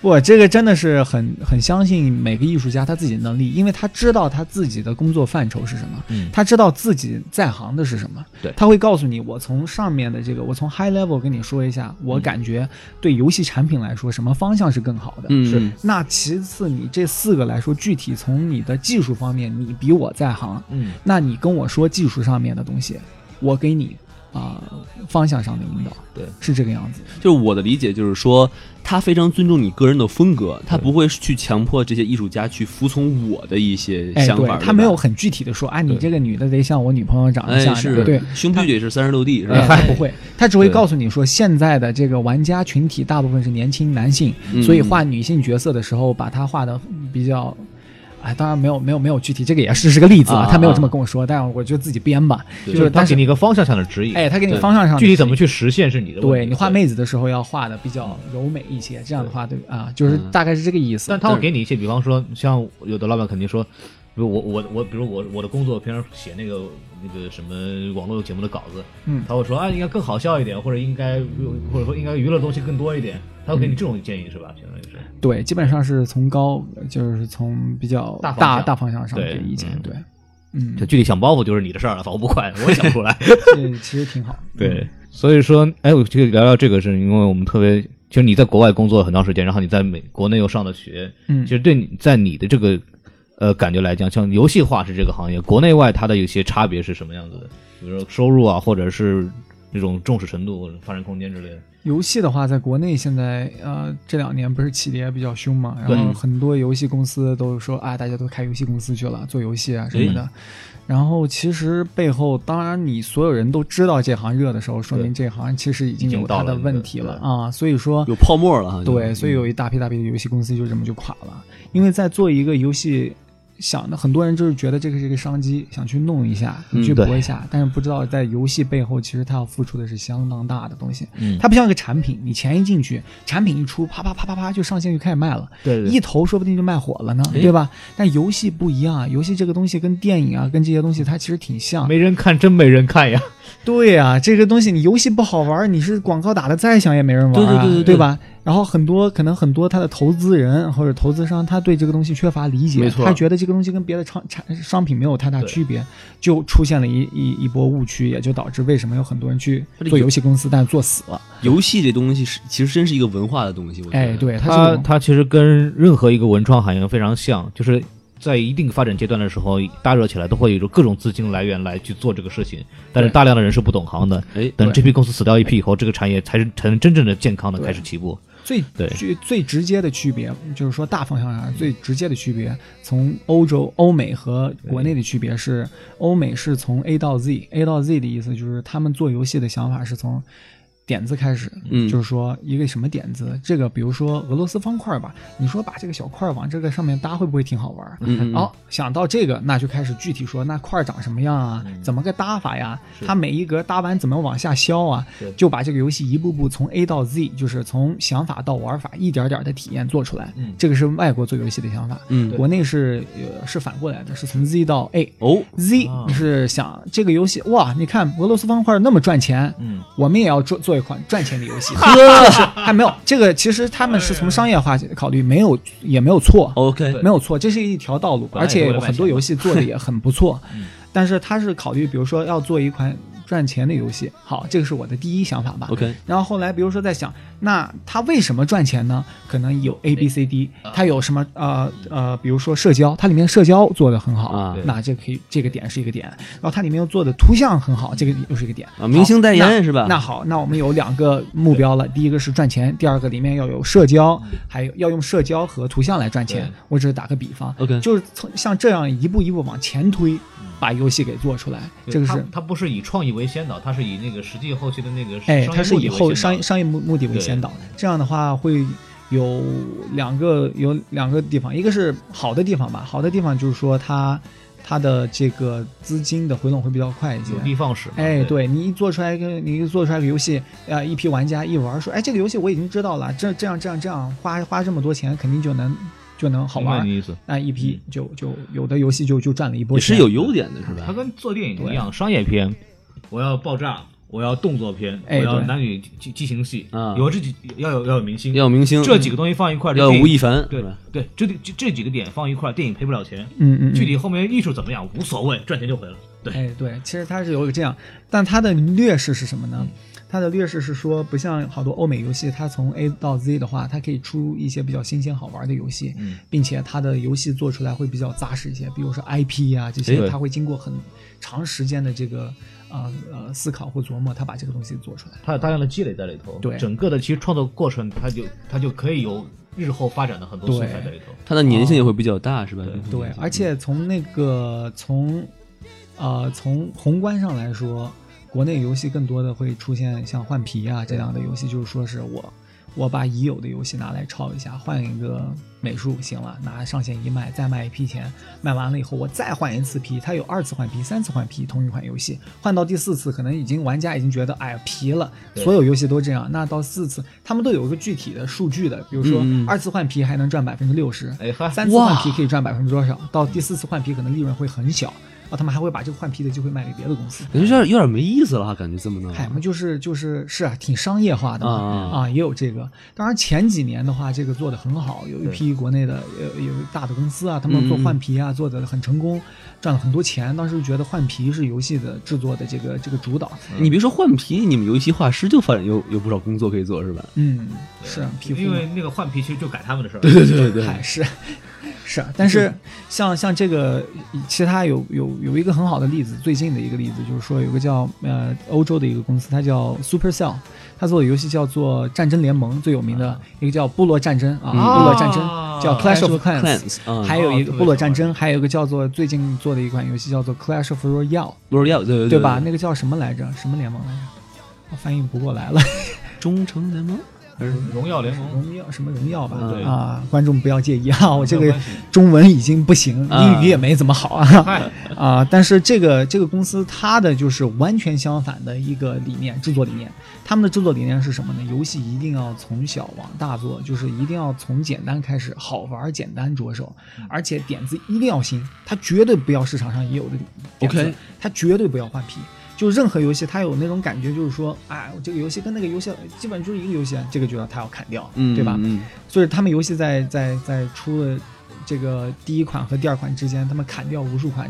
B: 我这个真的是很很相信每个艺术家他自己的能力，因为他知道他自己的工作范畴是什么，
D: 嗯
B: 他知道自己在行的是什么，
D: 对
B: 他会告诉你，我从上面的这个，我从 high level 跟你说一下，
D: 嗯
B: 我感觉对游戏产品来说，什么方向是更好的。
C: 嗯，
D: 是
B: 那其次，你这四个来说，具体从你的技术方面，你比我在行，
D: 嗯，
B: 那你跟我说技术上面的东西，我给你啊、方向上的引导，
D: 对，
B: 是这个样子。
C: 就是我的理解就是说，他非常尊重你个人的风格，他不会去强迫这些艺术家去服从我的一些
B: 哎，
C: 想
B: 对
C: 法。
B: 他没有很具体的说啊，你这个女的得像我女朋友长
C: 对吧，
B: 得像
C: 哎，
B: 样
C: 是
B: 对，
C: 胸部也是三十六 D 是
B: 哎
C: 吧？
B: 他 不 会，他只会
C: 对
B: 告诉你说，现在的这个玩家群体大部分是年轻男性，
C: 嗯
B: 所以画女性角色的时候，把她画的比较。哎，当然没有没有没有具体，这个也是是个例子
C: 啊
B: 他没有
C: 啊
B: 这么跟我说，但是我就自己编吧。
C: 对
B: 就是
D: 他
B: 但
D: 给
B: 是
D: 你一个方向上的指引，
B: 哎，他给你
C: 对
B: 方向上
D: 具体怎
B: 么。
D: 么去实现是你的问题。
B: 对你画，妹子的时候要画的比较柔美一些，这样的话对啊，就是
C: 嗯
B: 大概是这个意思。
D: 但他会
B: 对
D: 给你一些，比方说，像有的老板肯定说，比如我我我，比如我我的工作平时写那个那个什么网络节目的稿子，
B: 嗯
D: 他会说啊，应该更好笑一点，或者应该或者说应该娱乐东西更多一点，他会给你这种建议是吧？相当于是。
B: 对，基本上是从高，就是从比较
D: 大方
B: 大
D: 向
B: 大方向上
D: 对
B: 给意见。
D: 嗯
B: 对，嗯，
D: 这具体想包袱就是你的事儿了，反正我不管，我也想不出来。
B: 这其实挺好。
D: 对，所以说，哎，我就聊聊这个事，因为我们特别，其实你在国外工作很长时间，然后你在美国内又上的学，
B: 嗯
D: 其实对你在你的这个呃感觉来讲，像游戏化是这个行业，国内外它的有些差别是什么样子的？比如说收入啊，或者是那种重视程度、或者发展空间之类的。
B: 游戏的话，在国内现在呃这两年不是起的也比较凶嘛，然后
C: 对
B: 很多游戏公司都说啊，大家都开游戏公司去了，做游戏啊什么的。然后其实背后，当然你所有人都知道这行热的时候，说明这行其实已经
D: 已经
B: 有
D: 到
B: 它的
D: 了那
B: 问
D: 个
B: 题了
D: 对
B: 啊。所以说
C: 有泡沫了哈。就嗯
B: 对，所以有一大批大批的游戏公司就这么就垮了，因为在做一个游戏。想的很多人就是觉得这个是一个商机，想去弄一下，
C: 嗯
B: 去搏
D: 对
B: 一下，但是不知道在游戏背后，其实它要付出的是相当大的东西。
D: 嗯
B: 它不像一个产品，你钱一进去，产品一出，啪啪啪啪啪就上线就开始卖了，
D: 对
B: 一头说不定就卖火了呢，
C: 哎
B: 对吧？但游戏不一样，啊游戏这个东西跟电影啊，跟这些东西它其实挺像。
D: 没人看，真没人看呀！
B: 对啊，这个东西你游戏不好玩，你是广告打的再响也没人玩、
C: 对对
B: 啊，
C: 对对对
B: 吧？然后很多可能很多他的投资人或者投资商，他对这个东西缺乏理解，
C: 没错
B: 他觉得这个东西跟别的商产商品没有太大区别，就出现了一一一波误区，也就导致为什么有很多人去
C: 它这
B: 做
C: 游
B: 游戏公司，但是做死了。
C: 游戏这东西是其实真是一个文化的东西。我觉得
B: 哎，，对，它是
D: 它
B: 个
D: 它其实跟任何一个文创行业非常像，就是在一定发展阶段的时候，大热起来都会有各种资金来源来去做这个事情，但是
B: 对
D: 大量的人是不懂行的。
C: 哎，
D: 等
B: 对
D: 这批公司死掉一批以后，这个产业才是才能真正的健康的开始起步。
B: 最
D: 对
B: 最最直接的区别，就是说大方向上啊最直接的区别，从欧洲、欧美和国内的区别是，欧美是从 A 到 Z，A 到 Z 的意思就是他们做游戏的想法是从。点子开始，
C: 嗯
B: 就是说一个什么点子，这个比如说俄罗斯方块吧，你说把这个小块往这个上面搭，会不会挺好玩儿？
C: 嗯，
B: 哦，想到这个，那就开始具体说，那块儿长什么样啊？
C: 嗯
B: 怎么个搭法呀？它每一格搭完怎么往下削啊
D: 对？
B: 就把这个游戏一步步从 A 到 Z，就是从想法到玩法，一点点的体验做出来。
D: 嗯
B: 这个是外国做游戏的想法，
C: 嗯对
B: 国内是呃是反过来的，是从 Z 到 A。
C: 哦，
B: Z
D: 啊
B: 是想这个游戏哇，你看俄罗斯方块那么赚钱，
D: 嗯，
B: 我们也要做做做一款赚钱的游 戏，还没有这个，其实他们是从商业化考虑，没有也没有错，
C: 哦 OK，
B: 没有错，这是一条道路，
D: 哦本来
B: 而
D: 也是为
B: 且
D: 了嗯
B: 有很多游戏做的也很 不错，但是他是考虑，比如说要做一款赚钱的游戏，好，这个是我的第一想法吧。
C: OK，
B: 然后后来，比如说在想，那他为什么赚钱呢？可能有 A、B、C、D，他有什么呃呃，比如说社交，它里面社交做得很好，
C: 啊
B: 那这可以这个点是一个点。然后它里面又做的图像很好，这个又是一个点。
C: 啊，明星代
B: 好那
C: 言是吧？嗯
B: 那好，那我们有两个目标了，第一个是赚钱，第二个里面要有社交，还有要用社交和图像来赚钱
D: 对。
B: 我只是打个比方，
C: OK，嗯
B: 就是从像这样一步一步往前推，把游戏给做出来，这个
D: 它
B: 是。
D: 它不是以创意为先导，它是以那个实际后期的那个商
B: 哎，
D: 业
B: 它是
D: 目的
B: 以
D: 为
B: 后
D: 先
B: 商
D: 导
B: 商业目目的为
D: 对
B: 先导，这样的话会有两个有两个地方，一个是好的地方吧，好的地方就是说它它的这个资金的回笼会比较快一些
D: 有。的放矢嘛。
B: 哎，对你一做出来一个，你一做出来个游戏，呃，一批玩家一玩说，哎，这个游戏我已经知道了，这这样这样这样，花花这么多钱肯定就能就能好
D: 明白
B: 玩
D: 你，意嗯思。
B: 那一批就就有的游戏就就赚了一波
C: 也
B: 钱。
C: 是有优点的是吧
D: 它？跟做电影一样，商业片，我要爆炸，我要动作片，我
B: 哎
D: 要
B: 对
D: 男女激激情戏，
C: 啊
D: 有这几要有要有明星，
C: 要有明
B: 嗯
C: 星，
D: 这几个东西放一块儿，这
C: 要有
D: 电
C: 吴
D: 影
C: 亦凡，
D: 对
C: 是吧
D: 对，这这这几个点放一块儿，电影赔不了钱，
B: 嗯嗯，嗯
D: 具体后面艺术怎么样无所谓，赚钱就回了。对，
B: 哎，对，其实它是有一个这样，但它的劣势是什么
D: 嗯
B: 呢？它的劣势是说，不像好多欧美游戏，它从 A 到 Z 的话，它可以出一些比较新鲜好玩的游戏，
D: 嗯
B: 并且它的游戏做出来会比较扎实一些，比如说 IP 啊这
C: 哎
B: 些，
D: 对
B: 它会经过很长时间的这个呃呃思考或琢磨，它把这个东西做出来。
D: 它有大量的积累在里头，
B: 对
D: 整个的其实创作过程，它就它就可以有日后发展的很多素材在里头。
C: 它的粘性也会比较大是吧？
B: 对，而且从那个从，呃，从宏观上来说，国内游戏更多的会出现像换皮啊这样的游戏，就是说是我我把已有的游戏拿来抄一下，换一个美术行了，拿上线一卖，再卖一批钱，卖完了以后我再换一次皮，它有二次换皮、三次换皮，同一款游戏换到第四次，可能已经玩家已经觉得哎呀皮了，
D: 对
B: 所有游戏都这样。那到四次，他们都有一个具体的数据的，比如说
C: 嗯嗯
B: 二次换皮还能赚百分之六十，
D: 哎
C: 啊
D: 哈，
B: 三次换皮可以赚百分之多少？到第四次换皮可能利润会很小，啊，他们还会把这个换皮的机会卖给别的公司。
C: 感觉有点有点没意思了哈，感觉这么弄
B: 嗨，我们就是就是是啊，挺商业化的嘛
C: 啊
B: 啊，也有这个。当然前几年的话，这个做的很好，有一批国内的有有大的公司啊，他们做
C: 嗯嗯
B: 换皮啊，做的很成功，赚了很多钱。当时就觉得换皮是游戏的制作的这个这个主导。
C: 你别说换皮，你们游戏画师就发展有有不少工作可以做是吧？
B: 嗯，是皮肤
D: 因
B: 嘛
D: 为那个换皮其实就改他们的事儿。对对对
B: 嗨，是 是，啊但是像像这个，其他有有有一个很好的例子，最近的一个例子就是说，有个叫呃欧洲的一个公司，它叫 Supercell，它做的游戏叫做《战争联盟》，最有名的一个叫《部落战争》啊，部落战争》叫 Clash of Clans。
C: Clans 啊，
B: 还有一个
D: 哦
B: 部落战争，还有一个叫做最近做的一款游戏叫做 Clash of Royale，
C: 洛尔耀对对
B: 对吧？？那个叫什么来着？什么联盟来着？我翻译不过来了。
C: 忠诚联盟还是
D: 荣耀联盟，
B: 荣耀什么荣耀吧
C: 嗯？
B: 啊，观众不要介意啊，我这
D: 没有
B: 个
D: 关系
B: 中文已经不行，
C: 啊
B: 英语也没怎么好啊
D: 嗨，
B: 啊！但是这个这个公司它的就是完全相反的一个理念，制作理念。他们的制作理念是什么呢？游戏一定要从小往大做，就是一定要从简单开始，好玩简单着手，
D: 嗯
B: 而且点子一定要新，它绝对不要市场上已有的点子
C: OK
B: 它绝对不要换皮。就任何游戏，它有那种感觉，就是说，哎，我这个游戏跟那个游戏基本就是一个游戏，这个就要它要砍掉，
C: 嗯
B: 对吧？
C: 嗯
B: 所以他们游戏在在在出了这个第一款和第二款之间，他们砍掉无数款，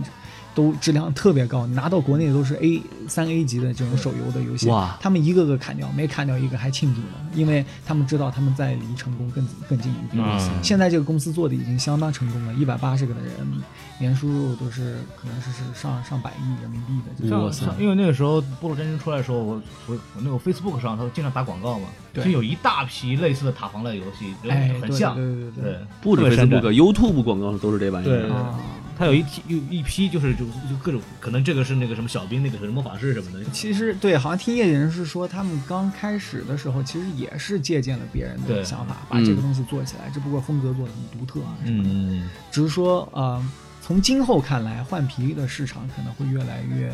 B: 都质量特别高，拿到国内都是 A 三 A 级的这种手游的游戏。
C: 哇
B: 他们一个个砍掉，每砍掉一个还庆祝呢，因为他们知道他们在离成功更更近一步。
D: 嗯
B: 现在这个公司做的已经相当成功了，一百八十个的人民，年收入都是可能是是上上百亿人民币的这种。
D: 上上，因为那个时候《部落战争》出来的时候，我我我那个 Facebook 上，他经常打广告嘛，
B: 对
D: 就有一大批类似的塔防类游戏，就
B: 哎，
D: 很
B: 对
D: 像，
B: 对对对
D: 对，
C: 不止
D: 特别山寨
C: Facebook、YouTube 广告都是这玩意
D: 对
C: 儿。
B: 啊。
D: 他有一批有一批就是就就各种可能这个是那个什么小兵，那个是魔法师什么的，
B: 其实对，好像听业界人士说，他们刚开始的时候，其实也是借鉴了别人的
D: 对
B: 想法，把
C: 嗯
B: 这个东西做起来，只不过风格做的很独特啊。
D: 嗯，
B: 只是说，呃，从今后看来，换皮的市场可能会越来越，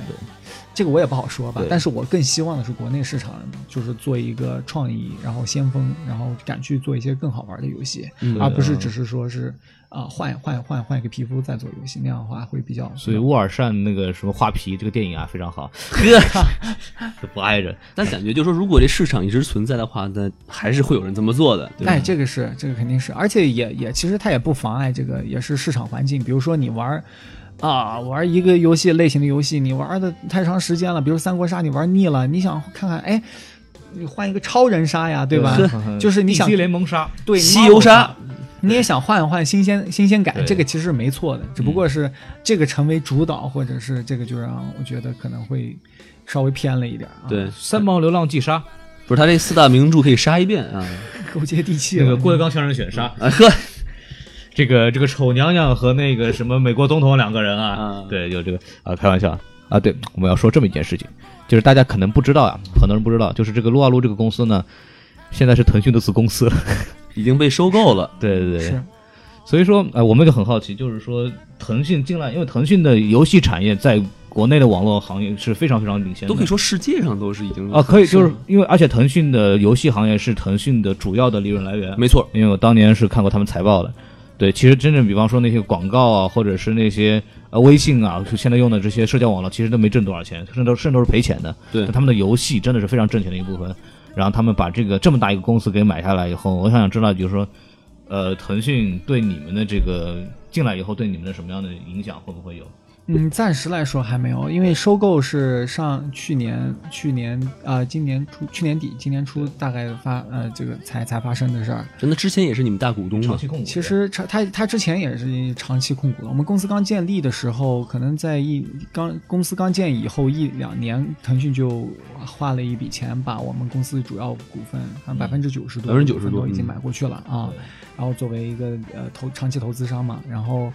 B: 这个我也不好说吧
C: 对。
B: 但是我更希望的是国内市场就是做一个创意，然后先锋，然后敢去做一些更好玩的游戏，
C: 嗯
B: 而不是只是说是啊、换换换换一个皮肤再做游戏，那样的话会比较。
D: 所以沃尔善那个什么画皮这个电影啊非常 好，呵，不挨着。
C: 但感觉就是说，如果这市场一直存在的话，那还是会有人这么做的。对吧
B: 哎，这个是，这个肯定是，而且也也其实它也不妨碍这个，也是市场环境。比如说你玩儿啊，玩一个游戏类型的游戏，你玩的太长时间了，比如三国杀，你玩腻了，你想看看，哎，你换一个超人杀呀，对吧？ 就是你想
D: DC 联盟杀，
B: 对
C: 西游杀，
B: 你也想换一换新鲜新鲜感
D: 对，
B: 这个其实是没错的，只不
C: 嗯
B: 过是这个成为主导，或者是这个就让我觉得可能会稍微偏了一点啊，
C: 对，
D: 三毛流浪记杀，
C: 不是他这四大名著可以杀一遍啊。
B: 够接地气
D: 这个
B: 了。
D: 郭德纲相声选杀，
C: 啊呵，
D: 这个这个丑娘娘和那个什么美国总统两个人啊
C: 啊，
D: 对，就这个啊，开玩笑啊，对，我们要说这么一件事情，就是大家可能不知道啊，很多人不知道，就是这个撸啊撸这个公司呢，现在是腾讯的子公司 了，
C: 已经被收购了。
D: 对对对
B: 是，
D: 所以说，呃，我们就很好奇，就是说，腾讯进来，因为腾讯的游戏产业在国内的网络行业是非常非常领先的，
C: 都可以说世界上都是已经
D: 啊，可以，就是因为而且腾讯的游戏行业是腾讯的主要的利润来源，
C: 没错，
D: 因为我当年是看过他们财报的。对，其实真正比方说那些广告啊，或者是那些呃微信啊，就现在用的这些社交网络，其实都没挣多少钱，甚至都甚至都是赔钱的。
C: 对
D: 但他们的游戏真的是非常挣钱的一部分。然后他们把这个这么大一个公司给买下来以后，我想想知道，就是说，呃，腾讯对你们的这个进来以后，对你们的什么样的影响会不会有？
B: 嗯，暂时来说还没有，因为收购是上去年、去年啊、呃今年初、去年底、今年初大概发呃，这个才才发生的事儿。
C: 真的之前也是你们大股东
D: 长
C: 嘛
D: 期？控股？
B: 其实长他他之前也是长期控股的。我们公司刚建立的时候，可能在一刚公司刚建以后一两年，腾讯就花了一笔钱，把我们公司主要股份，好像嗯百分之九十多，
C: 90%多
B: 已经
C: 嗯
B: 买过去了啊。然后作为一个呃投长期投资商嘛，然后。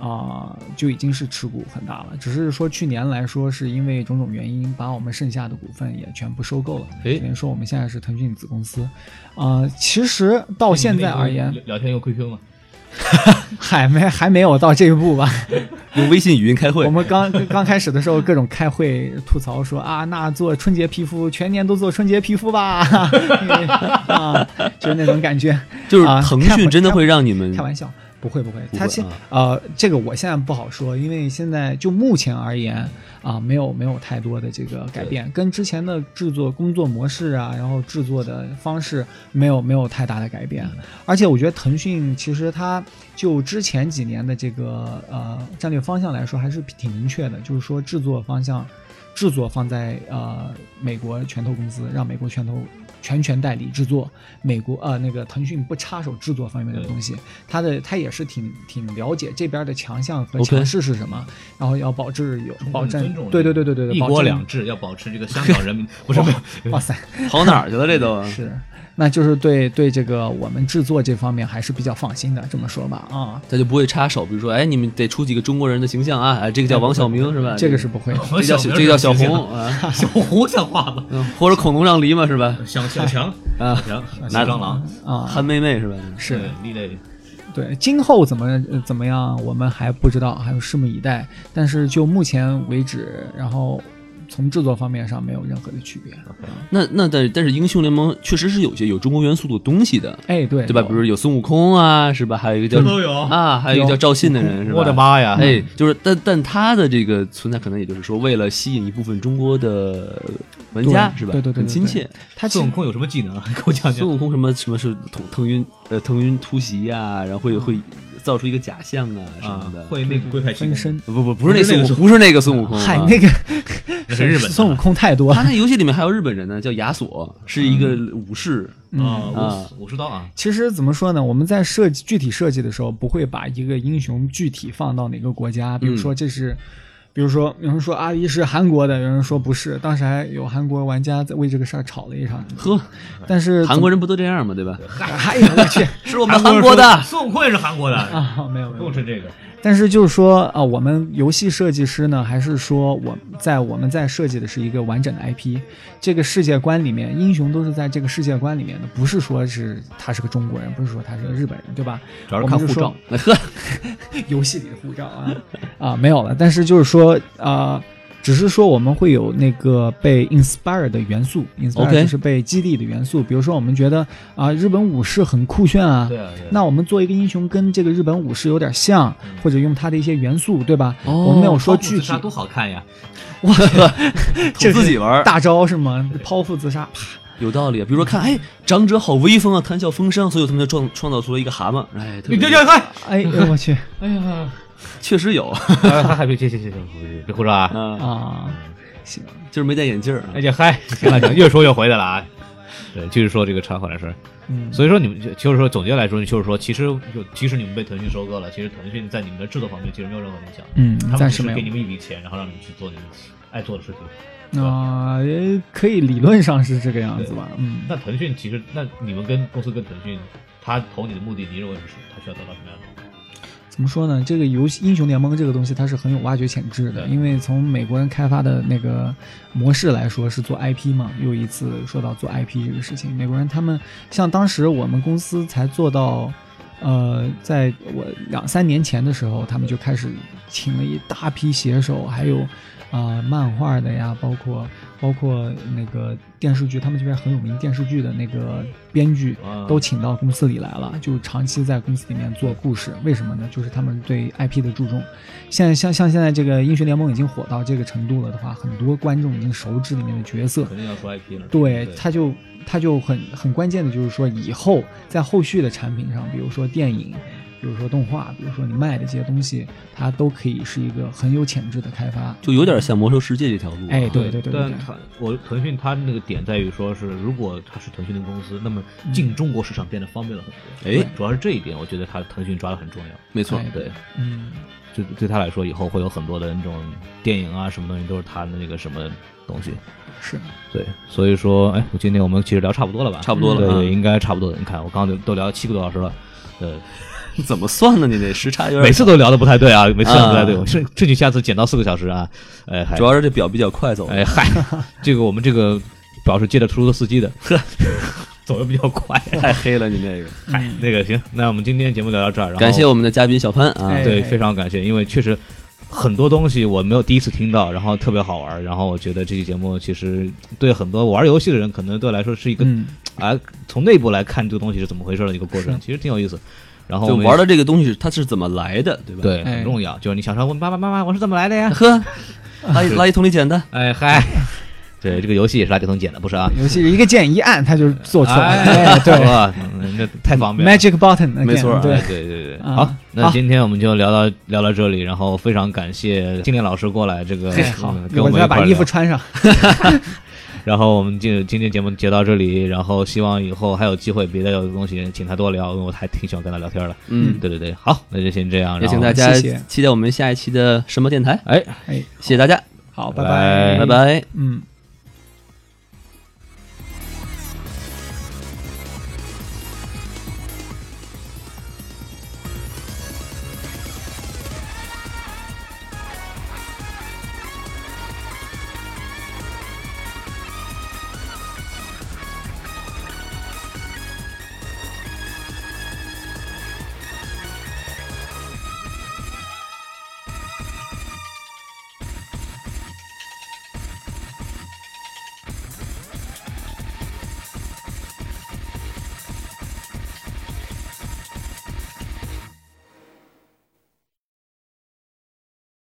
B: 啊、就已经是持股很大了，只是说去年来说，是因为种种原因，把我们剩下的股份也全部收购了。
D: 诶
B: 等于说我们现在是腾讯子公司，啊、其实到现在而言，
D: 聊聊天用 QQ 吗？
B: 还没还没有到这一步吧？
C: 用微信语音开会
B: 我，们刚刚开始的时候，各种开会吐槽说啊，那做春节皮肤，全年都做春节皮肤吧， 啊，就是那种感觉。
C: 就是
B: 啊
C: 腾
B: 开
C: 讯
B: 会
C: 真的
B: 开
C: 会让你们
B: 开玩笑，不会不会，
C: 会
B: 他现
C: 啊
B: 呃，这个我现在不好说，因为现在就目前而言啊、没有没有太多的这个改变，跟之前的制作工作模式啊，然后制作的方式没有没有太大的改变。而且我觉得腾讯其实它就之前几年的这个呃战略方向来说，还是挺明确的，就是说制作方向。制作放在呃美国拳头公司，让美国拳头全权代理制作，美国呃那个腾讯不插手制作方面的东西，他的他也是挺挺了解这边的强项和
C: OK
B: 强势是什么然后要保质有保证
D: 尊重，
B: 对对对对哦对对，
D: 一
B: 保
D: 国
B: 证
D: 两制要保持这个香港人民不是没有
B: 哇塞，
C: 跑哪儿去了？这都啊
B: 是，那就是对对这个我们制作这方面还是比较放心的，这么说吧啊，
C: 他就不会插手，比如说，哎，你们得出几个中国人的形象啊，哎，这个叫王晓明是吧？
B: 这个是不会的。
C: 这个叫
D: 小
C: 小
D: 明
C: 这个叫小
D: 形象
C: 红啊，
D: 小胡像话吗？
C: 嗯 或者恐龙让梨嘛是吧？
D: 小小 强
C: 啊
D: 小强，
C: 拿
D: 拿蟑螂
B: 啊，
C: 韩妹妹是吧？
B: 是
D: 对另类
B: 对，今后怎么呃怎么样，我们还不知道，还有拭目以待。但是就目前为止，然后从制作方面上没有任何的区别。
C: 嗯那那但但是英雄联盟确实是有些有中国元素的东西的，
B: 哎，对，
C: 对吧？比如有孙悟空啊，是吧？还有一个
D: 这
C: 叫
D: 都有。
C: 啊，还有一个叫赵信的人是吧？
D: 我的！妈呀！
C: 哎，就是但但他的这个存在，可能也就是说，为了吸引一部分中国的玩家，
B: 对
C: 是吧？
B: 对对对对
C: 很亲切。
B: 他
D: 孙悟空有什么技能啊？ 给我讲
C: 孙
D: 讲。
C: 悟空什么什么是腾腾云呃腾云突袭呀、然后会会造出一个假象啊什
D: 啊
C: 么的。，
D: 会那个龟派气
B: 分
D: 功，
B: 身，
C: 嗯不不不是那
D: 不是那
C: 孙
D: 个
C: 悟
D: 孙
C: 空，不是那个孙悟空啊，
B: 嗨，那个
D: 那是日 本的啊
B: 孙悟空太多
C: 他
B: 了。
C: 那游戏里面还有日本人呢，叫亚索，是一个武士。
B: 嗯，
D: 啊，武武士刀啊，
B: 其实怎么说呢？我们在设
C: 嗯
B: 计具体设计的时候，不会把一个英雄具体放到哪个国家，比如说这是。比如说有人说阿狸是韩国的，有人说不是，当时还有韩国玩家在为这个事儿吵了一场。
C: 呵，
B: 但 是
C: 韩国人不都这样吗？对吧？
B: 哎呀，我去
C: 是我们韩国的，
D: 孙悟空也是韩国 的，
B: 啊，没有没有，
D: 成这个。
B: 但是就是说啊、我们游戏设计师呢，还是说我在我们在设计的是一个完整的 IP，这个世界观里面，英雄都是在这个世界观里面的，不是说是他是个中国人，不是说他是个日本人，对吧？
D: 主要是看护照
B: 我们就 说， 游戏里的护照啊啊没有了，但是就是说啊。呃只是说我们会有那个被 inspire 的元素，inspire
C: OK
B: 就是被激励的元素。比如说，我们觉得啊、日本武士很酷炫啊，
D: 对啊，对啊
B: 那我们做一个英雄跟这个日本武士有点像，
D: 嗯
B: 或者用他的一些元素，对吧？
C: 哦
B: 我们没有说具
D: 自
B: 体
D: 杀多好看呀！
B: 哇，
C: 捅自己玩儿，
B: 大招是 吗？剖腹自杀，啪！
C: 有道理。比如说看，哎，长者好威风啊，谈笑风生，所以他们就创创造出了一个蛤蟆。哎，特别
F: 你这这看，
B: 哎，哎我去
C: 确实有
D: 啊嗨，别别别别别别胡说 啊！
C: 啊，
B: 啊！行，
C: 就是没戴眼镜儿啊
D: 哎。呀嗨，行了行了，越说越回来了啊。对，继续说这个插话的事儿。
B: 嗯，
D: 所以说你们就就是说总结来说，就是说其实就即使你们被腾讯收购了，其实腾讯在你们的制作方面其实没有任何影响，
B: 嗯
D: 他，们
B: 暂
D: 只
B: 时
D: 是
B: 没
D: 给你
B: 有。
D: 们一笔钱，然后让你们去做你们爱做的事情。
B: 啊、也可以理论上是这个样子吧？嗯，
D: 那腾讯其实，那你们跟公司跟腾讯，他投你的目的，你认为是他需要得到什么样的？
B: 怎么说呢？这个游戏英雄联盟这个东西，它是很有挖掘潜质的，
D: 对
B: 因为从美国人开发的那个模式来说，是做 IP 嘛。又一次说到做 IP 这个事情，美国人他们像当时我们公司才做到，呃，在我两三年前的时候，他们就开始请了一大批写手，还有啊、呃漫画的呀，包括包括那个电视剧，他们这边很有名电视剧的那个编剧
D: 啊
B: 都请到公司里来了，就长期在公司里面做故事。为什么呢？就是他们对 IP 的注重。现在像像现在这个英雄联盟已经火到这个程度了的话，很多观众已经熟知里面的角色，
D: 肯定要说 IP 了。
B: 对，他就他就很很关键的就是说，以后在后续的产品上，比如说电影，比如说动画，比如说你卖的这些东西，它都可以是一个很有潜质的开发。
C: 就有点像魔兽世界这条路啊。
B: 哎，对对对对
D: 但
B: 对，
D: 他我腾讯它那个点在于说是，如果它是腾讯的公司，那么
B: 嗯
D: 进中国市场变得方便了很多。
C: 哎，
D: 主要是这一点，我觉得它腾讯抓的很重要。
C: 没错
B: 哎，
C: 对，
B: 嗯，
D: 就对他来说，以后会有很多的那种电影啊，什么东西都是他的那个什么东西。
B: 是，
D: 对，所以说，哎，我今天我们其实聊差不多了吧？
C: 差不多
D: 对
C: 了
D: 对，
C: 啊。
D: 应该差不多的。你看，我刚刚都都聊七个多小时了，呃，
C: 怎么算呢？你这时差有点。
D: 每次都聊的不太对啊，每次聊得不太对，
C: 啊
D: 我甚争取下次减到四个小时啊。哎，还
C: 主要是这表比较快走。
D: 哎嗨， 这个我们这个表是接着出租车司机的，呵，走的比较快。
C: 太黑了，你这个。
D: 嗨，那个行，那我们今天节目聊到这儿，然后
C: 嗯感谢我们的嘉宾小潘啊
B: 哎，
D: 对，非常感谢，因为确实很多东西我没有第一次听到，然后特别好玩，然后我觉得这期节目其实对很多玩游戏的人，可能对我来说是一个
B: 嗯，
D: 啊、从内部来看这个东西是怎么回事的一个过程，
B: 是
D: 其实挺有意思。然后
C: 就
D: 我们
C: 玩的这个东西，它是怎么来的，对吧？，
D: 对
B: 哎
D: 很重要，就是你想说问爸爸妈妈我是怎么来的 呀？
C: 呵，垃圾垃圾桶里捡的。
D: 哎嗨，对，这个游戏也是垃圾桶捡的，不是啊？
B: 尤其是一个键一按，它就做出来了。
D: 哎
B: 哎，对
D: 哇嗯那太方便了。
B: ，Magic Button，again，
C: 没错儿
D: 哎
B: 对，
D: 对对对，
B: 啊
D: 好，那
B: 好
D: 今天我们就聊到聊到这里，然后非常感谢金莲老师过来，这个
B: 嘿 好
D: 嗯，跟我
B: 我
D: 们
B: 再
D: 一块
B: 把
D: 儿
B: 衣
D: 聊
B: 服穿上。
D: 然后我们今今天节目截到这里，然后希望以后还有机会别的东西请他多聊，因为我还挺喜欢跟他聊天的。
C: 嗯，
D: 对对对，好，那就先这样，
C: 也
D: 然后
C: 请大家
B: 谢谢
C: 期待我们下一期的什么电台。
D: 哎，
B: 哎，
C: 谢谢大家，
B: 好，
D: 拜
B: 拜
C: 拜拜。
B: 嗯。